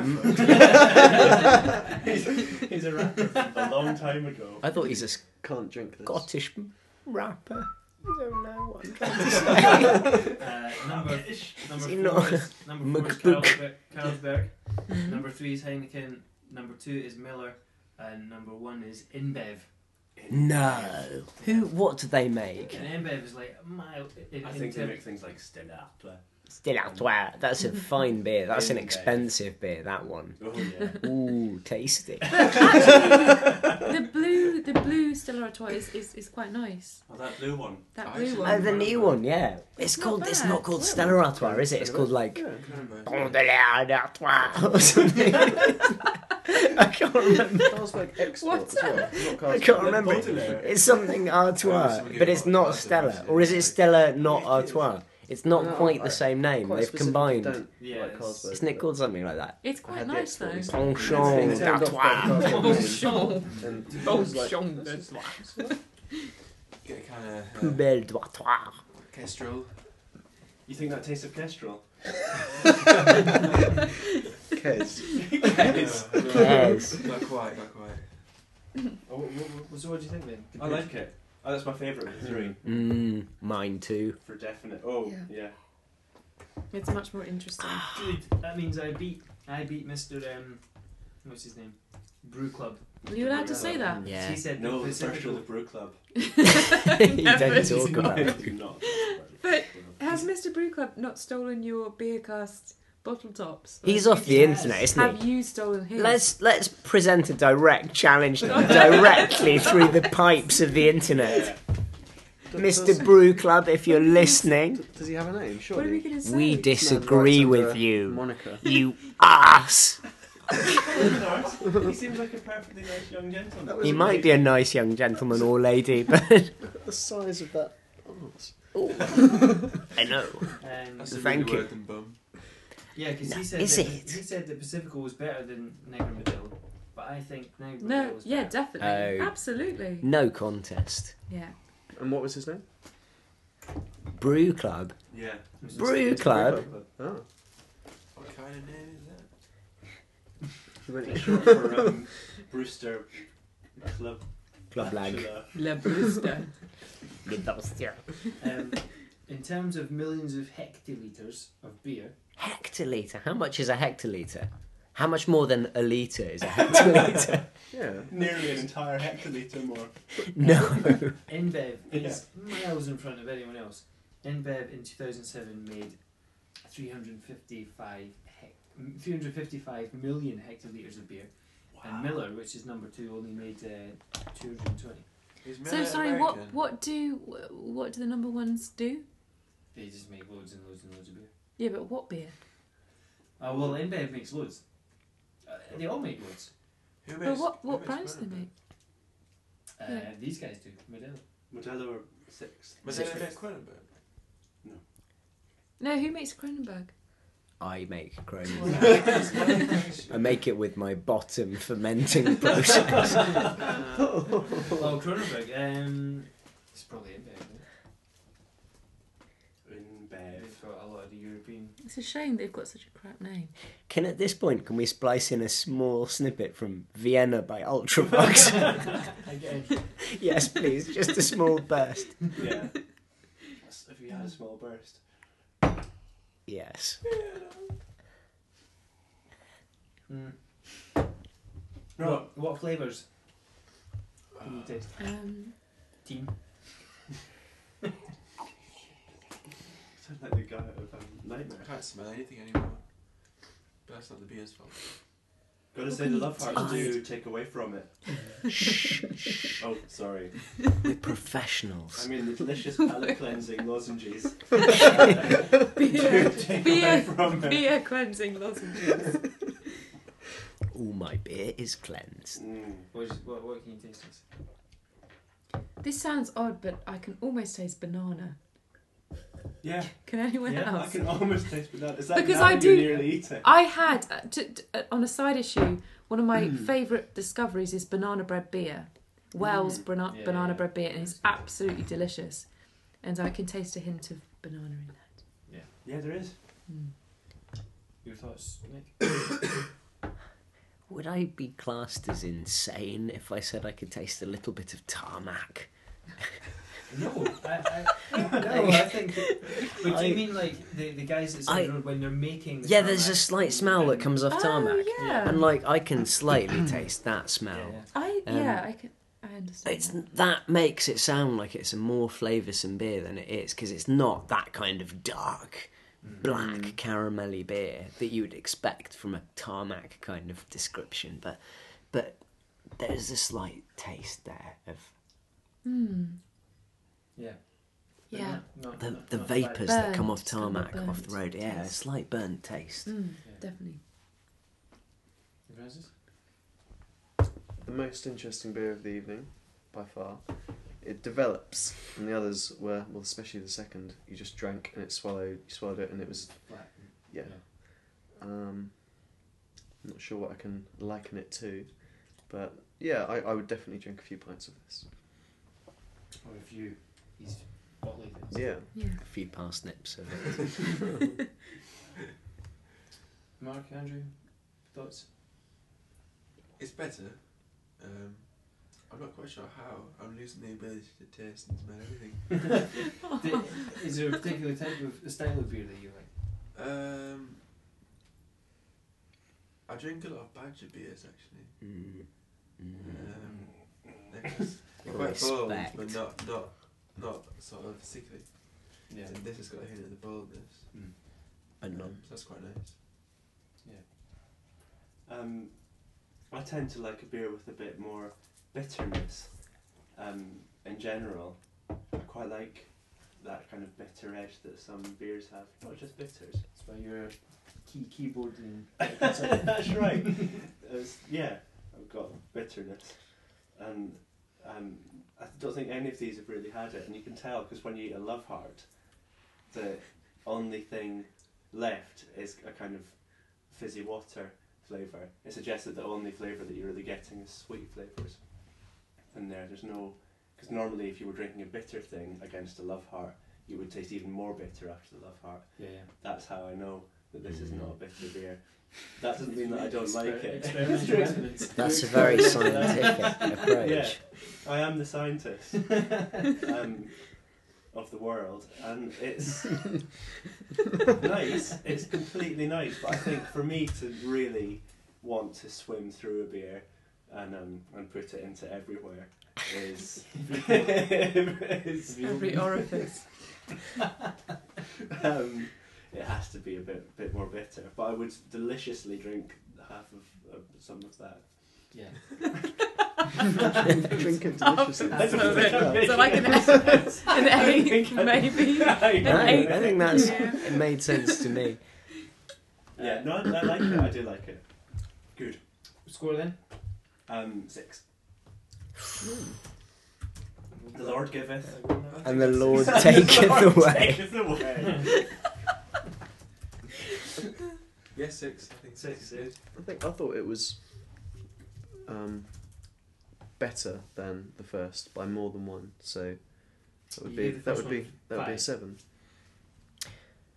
reference.
(laughs)
(laughs)
he's, he's a rapper from a long time ago.
I thought he's a
Can't drink this.
Scottish rapper. I don't know what I'm trying to
Uh, number number
See,
four
no. Mm-hmm.
is number four is Carlsberg. Carlsberg. Number three is Heineken. Number two is Miller, and number one is InBev.
(laughs) No. Who? What do they make?
And InBev is like a mile. In,
I
in
think they
term-
make things like Stella. Oh
Still out where? That's a fine beer. That's an
Isn't it?
expensive beer. That one.
Oh, (laughs)
(laughs) yeah.
Ooh, tasty.
The blue, the blue Stella Artois is, is, is quite nice.
Oh, that blue one.
That
I
blue
actually-
one.
Oh, the new one, yeah. It's,
not
called. It's
bad.
not called Stella Artois, is it? It's called like
Yeah.
Can't remember.
Bandelard Artois (laughs) or something. I can't remember.
Carlsberg
(laughs)
export as well. Not Carlsberg.
I can't
Like
remember.
Baudelaire.
It's something Artois,
something
but it's
about
not
Baudelaire,
Stella,
isn't it?
or is it Stella not
Yeah, it is.
Artois? It's not
No,
quite
I-
the same name.
Quite
They've
specifically
combined.
don't
Yeah,
like
it's-
Carlsberg,
Isn't it called something like that?
It's
I
quite
had the
nice though. (laughs) Oh,
experience.
Penchant
It's turned off by
d'Artois.
Carlsberg name. And he was like, "That's
Get a kind of
Belle d'Artois.
uh, kestrel.
You think that tastes of
(laughs)
Kestrel?
Kez.
Yes.
No, no,
Yes.
Not quite, not quite.
Oh, what, what, what, so what do you think then? I
Compared
like it. Oh, that's my favourite of the
Mm.
three,
Mmm, mine too.
for definite. Oh,
Yeah.
yeah.
(laughs) It's much more interesting.
Good. That means I beat. I beat Mr. Um, what's his name? Brew Club.
Are you allowed to say that?
(laughs)
Yeah. (laughs)
He said
No, the
Pacific-
special of the Brew Club.
(laughs)
you
Never.
don't talk about it.
Do not.
But Has Mr. Brew Club not stolen your beer cast bottle tops?
He's off the
Yes.
internet, isn't
Have
he?
you stolen his?
Let's let's present a direct challenge now, directly through the pipes of the internet. Mr. Brew Club, if you're listening,
Does he have a name? Sure.
What are we going to say?
we disagree
Right under
with you.
Monica.
You ass.
(laughs)
he seems like a perfectly nice young
That
gentleman.
was
He might be a nice young gentleman or lady, (laughs) but
The size of that. arse.
(laughs) I know.
Um,
That's a
Thank
really
you.
word than bum.
yeah, because he said
is
that,
it?
he said that Pacifico was better than Negro Modelo, but I think Negro
No,
Modelo was
yeah,
better.
definitely.
Oh.
Absolutely.
No contest.
Yeah.
And what was his name?
Brew Club.
Yeah.
Mr.
Brew Club.
Oh.
What kind of name is that?
He went
It's short for um, (laughs) Brewster Club. uh,
Club lag.
Bachelor.
La (laughs) Brewster.
(laughs) Um, in terms of millions of hectolitres of beer,
Hectoliter. How much is a hectoliter? How much more than a liter is a hectoliter?
Yeah.
Nearly an entire hectoliter more.
no.
InBev is miles in front of anyone else. InBev in 2007 made 355, hec- 355 million hectolitres of beer, and Miller, which is number two, only made uh, 220.
Is
So
Miller
sorry, what
American?
what do what do the number ones do?
They just make loads and loads and loads of beer.
Yeah, but what beer?
Uh, well, InBev makes loads. Uh, they all make loads.
Who
But
makes-
what
who
what
makes
brands do
Miller
they make?
Uh,
Yeah.
These guys do. (laughs) Modelo.
Modelo are sixth.
Was
Six
it
fifths.
Nick Cronenberg?
No, who makes Cronenberg?
I make Cronenberg.
(laughs)
I
Cronenberg?
make it with my bottom fermenting process.
oh, Cronenberg. Um, it's probably InBev. isn't it?
In
(laughs)
bed.
They've got a lot of the European.
It's a shame they've got such a crap name.
Can at this point can we splice in a small snippet from Vienna by Ultravox? (laughs)
Again.
yes, please, just a small burst.
Yeah.
(laughs)
That's if you had a small burst.
Yes.
(laughs) Mm. Right. What flavours can you taste?
Um,
Uh, Team.
Sound like the guy out of um, Nightmare.
I can't smell anything anymore. But that's not the beer's fault.
Gotta
What
say
can
the
you
love hearts do take away from it.
Shh.
(laughs) Oh, sorry.
We're
I
professionals.
mean the
(laughs)
delicious palate cleansing lozenges do
beer,
take away
beer,
from it.
beer cleansing lozenges.
All my beer is cleansed.
Mm.
What, is, what, what can you taste? This?
This sounds odd, but I can almost taste banana.
Yeah,
Can anyone
yeah I
else?
can almost taste banana. Is that
Because
now
I
you're
do-
nearly eating?
I had uh, t- t- uh, on a side issue. One of my favourite discoveries is banana bread beer.
Mm.
Wells bana-
Yeah,
banana
yeah.
bread beer, and it's absolutely delicious. And I can taste a hint of banana in Mm. that.
Yeah, there is.
Your thoughts, Nick?
Would I be classed as insane if I said I could taste a little bit of tarmac?
No, I, (laughs) I, no, I think. But do
I-
you mean like the, the guys that's on
I-
the road when they're making? The
Yeah, there's a
tarmac
slight
and-
smell that
and-
comes off
Oh,
tarmac.
yeah.
And like I
(clears throat)
can slightly taste that smell.
Yeah, yeah.
I
Um,
yeah, I can. I understand.
It's
that.
that makes it sound like it's a more flavoursome beer than it is because it's not that kind of dark,
Mm.
black
Mm.
caramelly beer that you would expect from a tarmac kind of description. But but there's a slight taste there of
yeah. But
Mm. yeah,
not- not-
the
not-
the
not bad.
vapours that come off
Burnt, kind of
tarmac off the
burnt
road. Yeah, a
taste.
slight burnt taste.
Mm, definitely.
Francis?
The most interesting beer of the evening, by far. It develops, and the others were well, especially the second. You just drank and it swallowed. You swallowed it, and it was
Flat.
yeah. Um, I'm not sure what I can liken it to, but yeah, I, I would definitely drink a few pints of this.
Or if you, he's bodily things.
Yeah,
Yeah.
A few parsnips of it.
Mark, Andrew,
(laughs)
thoughts? (laughs)
It's better. Um, I'm not quite sure how. I'm losing the ability to taste and smell everything.
Di- Is there a particular type of a style of beer that you like?
Um, I drink a lot of badger beers actually.
Mm. Mm.
Um, they're, just- they're quite bold, but
Respect.
not not not sort of sickly.
Yeah.
And this has got a hint of the boldness.
But not
Um, so that's quite nice.
Um, I tend to like a beer with a bit more bitterness. Um, in general, I quite like that kind of bitter edge that some beers have. Not just bitters.
That's why you're a key
(laughs)
keyboarding.
That's right. It's- yeah, I've got bitterness, and um, I don't think any of these have really had it. And you can tell because when you eat a love heart, the only thing left is a kind of fizzy water flavour. It suggests that the only flavour that you're really getting is sweet flavours. And there, there's no because normally if you were drinking a bitter thing against a love heart, you would taste even more bitter after the love heart
Yeah, yeah.
that's how I know that this is
Mhm.
not a bitter beer. That doesn't mean that I don't like it.
Experimental methods.
(laughs) That's
(laughs)
(laughs)
a very scientific approach.
Yeah. I am the scientist um, of the world, and it's nice. It's completely nice, but I think for me to really want to swim through a beer and um, and put it into everywhere is (laughs) is
(laughs)
Every orifice.
um, it has to be a bit bit more bitter. But I would deliciously drink half of uh, some of that.
Yeah.
(laughs)
Drink it
(laughs)
deliciously.
That's
So-
a-
so like an, an eight, maybe.
No, I
Eight.
think that's
(laughs) Yeah.
it made sense to me.
Yeah, no, I, I like it. I do like it.
Score then.
Um, six. The Lord giveth,
And
(laughs)
the Lord taketh
Lord
away.
taketh away.
(laughs) Yeah, six. I think
Six,
six is
I think I thought it was um, better than the first by more than one. So that would
You
be
gave the
that
first
would be
one
that would be a
five.
7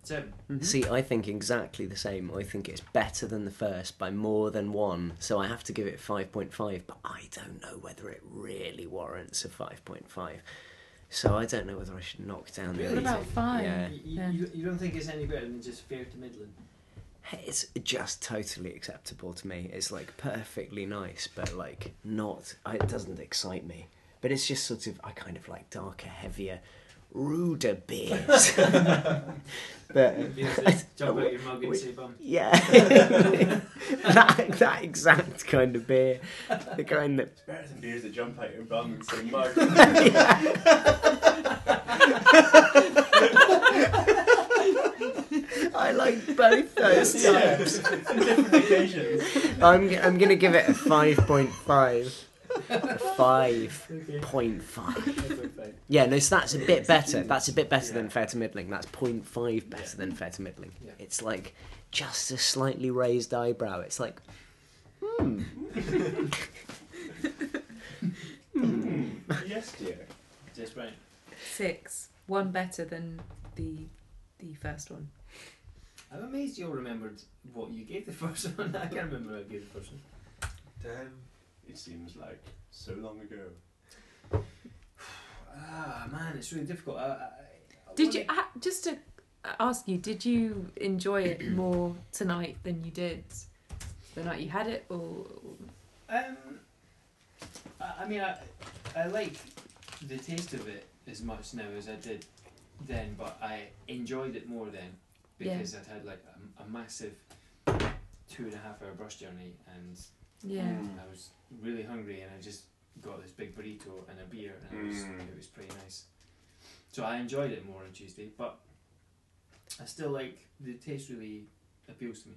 Seven.
Mm-hmm.
Mhm.
See, I think exactly the same. I think it's better than the first by more than one, so I have to give it 5.5, but I don't know whether it really warrants a 5.5. So I don't know whether I should knock down the
What
other
about
two.
five?
Yeah.
You,
Yeah.
you, you don't think it's any better than just fair to middling?
It's just totally acceptable to me. It's like perfectly nice, but like not. I- It doesn't excite me. But it's just sort of. I kind of like darker, heavier, ruder beers. (laughs) but
You have to jump out your mug and
Wait.
say bum.
(laughs) yeah, (laughs) that that exact kind of beer, the kind that. (laughs)
Better than beers that jump out your bum and
(laughs)
say mug.
(laughs) I like both those
Yeah.
types.
Different occasions.
(laughs)
I'm g- I'm gonna give it a five point five. Five
Okay.
point five.
That's okay.
Yeah, no, so that's a bit better. That's a bit better than fair to middling. That's 0.5 better
Yeah.
than fair to middling.
Yeah.
It's like just a slightly raised eyebrow. It's like,
Yes, dear.
Just right.
Six. One better than the the first one.
I'm amazed you all remembered what you gave the (laughs) first one. I can't remember what I gave the first one.
Damn.
It seems like so long ago.
Ah, man, it's really difficult. I, I, I
Did
wanna-
you ah, just to ask you? Did you enjoy
(clears throat)
it more tonight than you did the night you had it, or
Um, I, I mean, I, I like the taste of it as much now as I did then, but I enjoyed it more then
Yeah.
because I'd had like a, a massive two and a half hour bus journey and
yeah?
Mm.
I was really hungry and I just got this big burrito and a beer and it, was,
Mm.
it was pretty nice. So I enjoyed it more on Tuesday, but I still like the taste really appeals to me.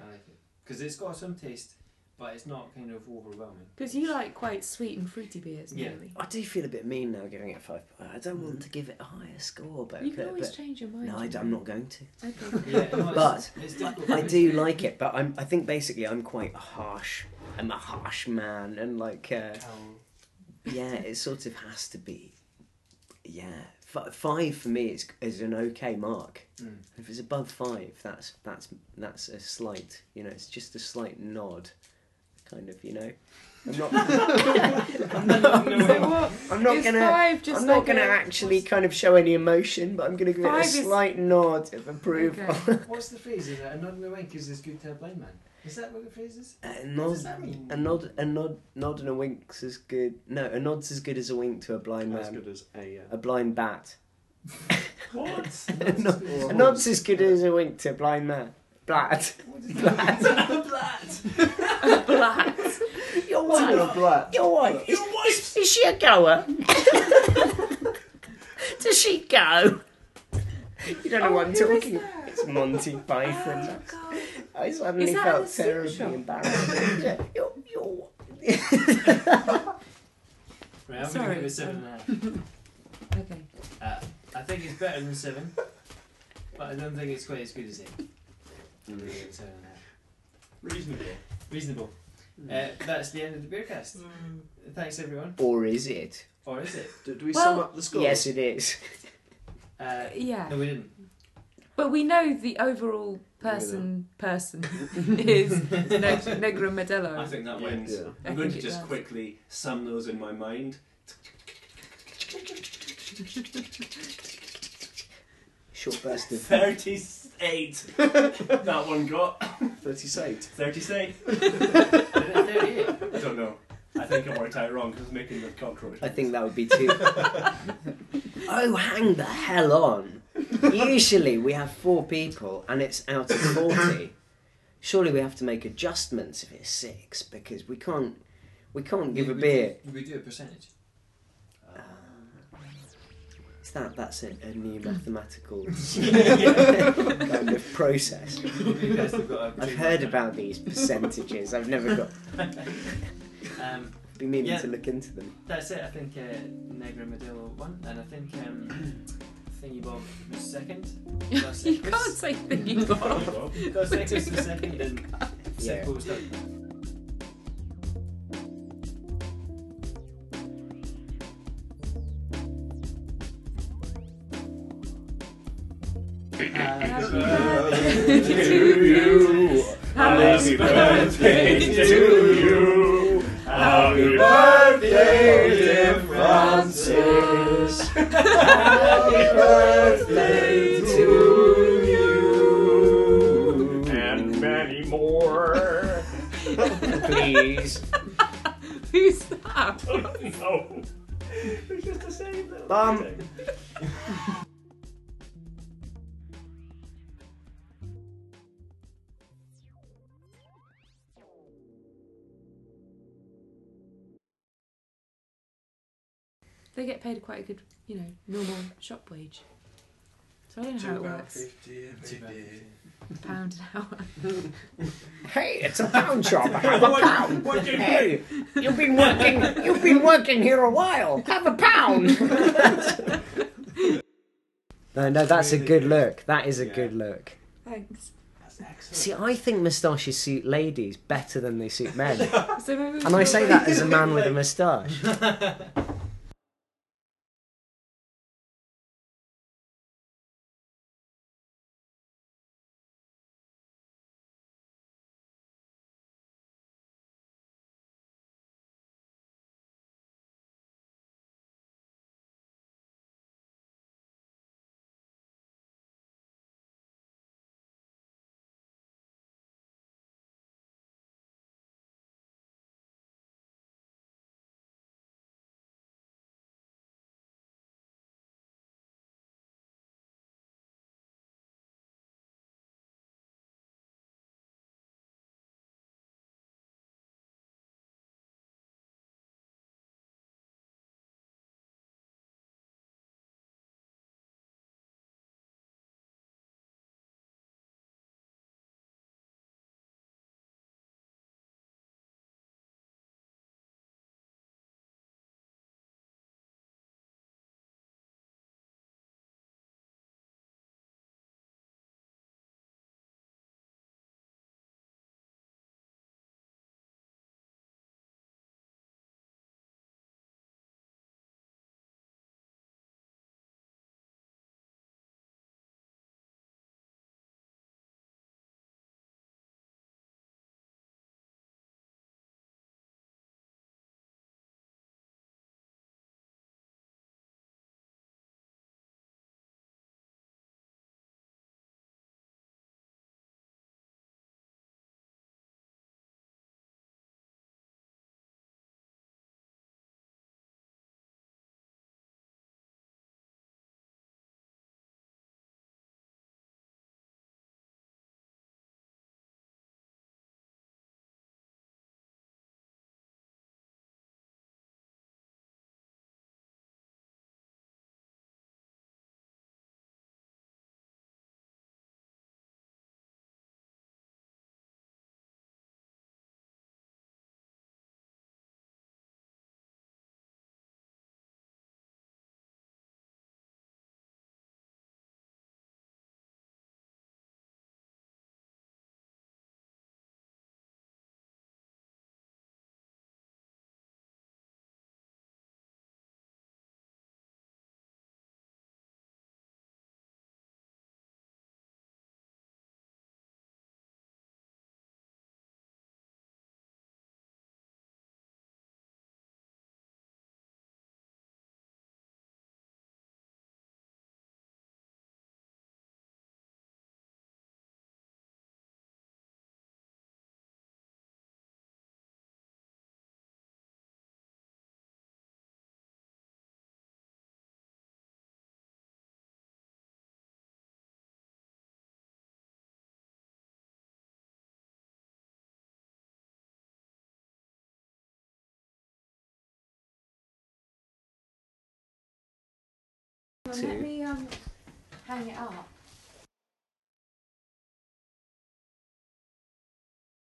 I like it because it's got some taste, but it's not kind of overwhelming.
Because you like quite sweet and fruity beers,
Yeah.
normally.
I do feel a bit mean now giving it five. I don't want to give it a higher score, but,
You can
but-
always
but-
change your mind.
no, I,
you know.
am not going to. (laughs)
Okay. (laughs)
Yeah, no, it's-
But
it's difficult.
I do like it, but I'm. I think basically I'm quite harsh. I'm a harsh man, and like. Uh,
Cow.
yeah, it sort of has to be. Yeah, F- five for me is is an okay mark.
Mm.
If it's above five, that's that's that's a slight. You know, it's just a slight nod, kind of. You
(laughs)
know, I'm not. I'm not, (laughs) I'm not
Is
gonna.
Five just
I'm not
like
gonna
a-
actually kind of show any emotion, but I'm gonna give it a
Five is-
slight nod of approval.
(laughs)
(laughs)
Okay.
Hmm. What's the phrase? Is it a nod in the wink is as good to a blind man? Is that what the phrase
(laughs)
is?
(laughs) A
What
nod,
does that mean?
a nod, a nod, nod, and a wink's as good. No, a nod's as good as a wink to a blind
as
man,
good as a. uh, Yeah.
(laughs)
(laughs)
a blind bat. (laughs)
What?
A nod- a nod's as good as a wink to a blind man. Blat. (laughs)
Blat.
black.
Your wife. (laughs) Your wife. Your wife. Is, is she a goer? (laughs) Does she go? You don't know
Oh,
what I'm
who is Oh,
talking about. It's Monty Python. I suddenly
Is that in
felt
the soup
terribly
shop?
embarrassed.
(laughs)
yeah, your, your,
Right, I'm
Sorry.
gonna give it seven and a half.
Okay.
Uh, I think it's better than seven, but I don't think it's quite as good as eight. I'm gonna give it seven and a half.
Reasonable.
Reasonable. Uh, that's the end of the beercast. Thanks everyone.
or is it?
Or is it?
Did we
Well,
sum up the score?
Yes, it is.
Uh,
Yeah.
no, we didn't.
But we know the overall person
(laughs)
person (laughs) is Neg- Negro
I
Modelo.
think that
Yeah.
wins.
Yeah.
Uh, I
I'm going
think
to
it
just
does.
quickly sum those in my mind.
Short burst of.
38. that one got.
38.
38.
Thirty-eight.
I don't know. I think it worked out wrong because I was making the cockroach.
I think that would be too. (laughs) oh, hang the hell on. Usually we have four people and it's out of 40. Surely we have to make adjustments if it's six because we can't. We can't give
we,
a
we
beer.
Do, we do a
(laughs)
percentage.
It's that that's a, a
Mm.
new
(laughs)
mathematical
Yeah.
kind of process.
You guys have got a
I've heard about these percentages. I've never got
Um,
been meaning
Yeah.
to look into them.
that's it. I think uh, Negra Modelo won, and I think um, (coughs) Thingy Bob was second. That's
you
it.
can't say thingy
(laughs)
bob.
Got Seckus was second, and
Yeah.
Seppo was third.
Happy birthday to
you.
Happy birthday, dear
Francis.
Happy birthday to
you. And many more.
Please.
Who's that?
no. Oh. It's just the same little
Bum.
thing.
They get paid quite a good, you know, normal shop wage. So I don't know how
Two
it
pound
works.
fifty every day.
Pound an hour. (laughs)
Hey, it's a
(laughs)
pound shop. Have a pound.
What do you
Hey, you've been working. You've been working here a while. Have a pound. No, no, that's a good look. That is a
Yeah.
good look.
Thanks.
That's excellent.
See, I think moustaches suit ladies better than they suit men.
So maybe we
And I
should-
say that as a man with a moustache.
(laughs)
Hang on,
Two.
let me um, hang it up.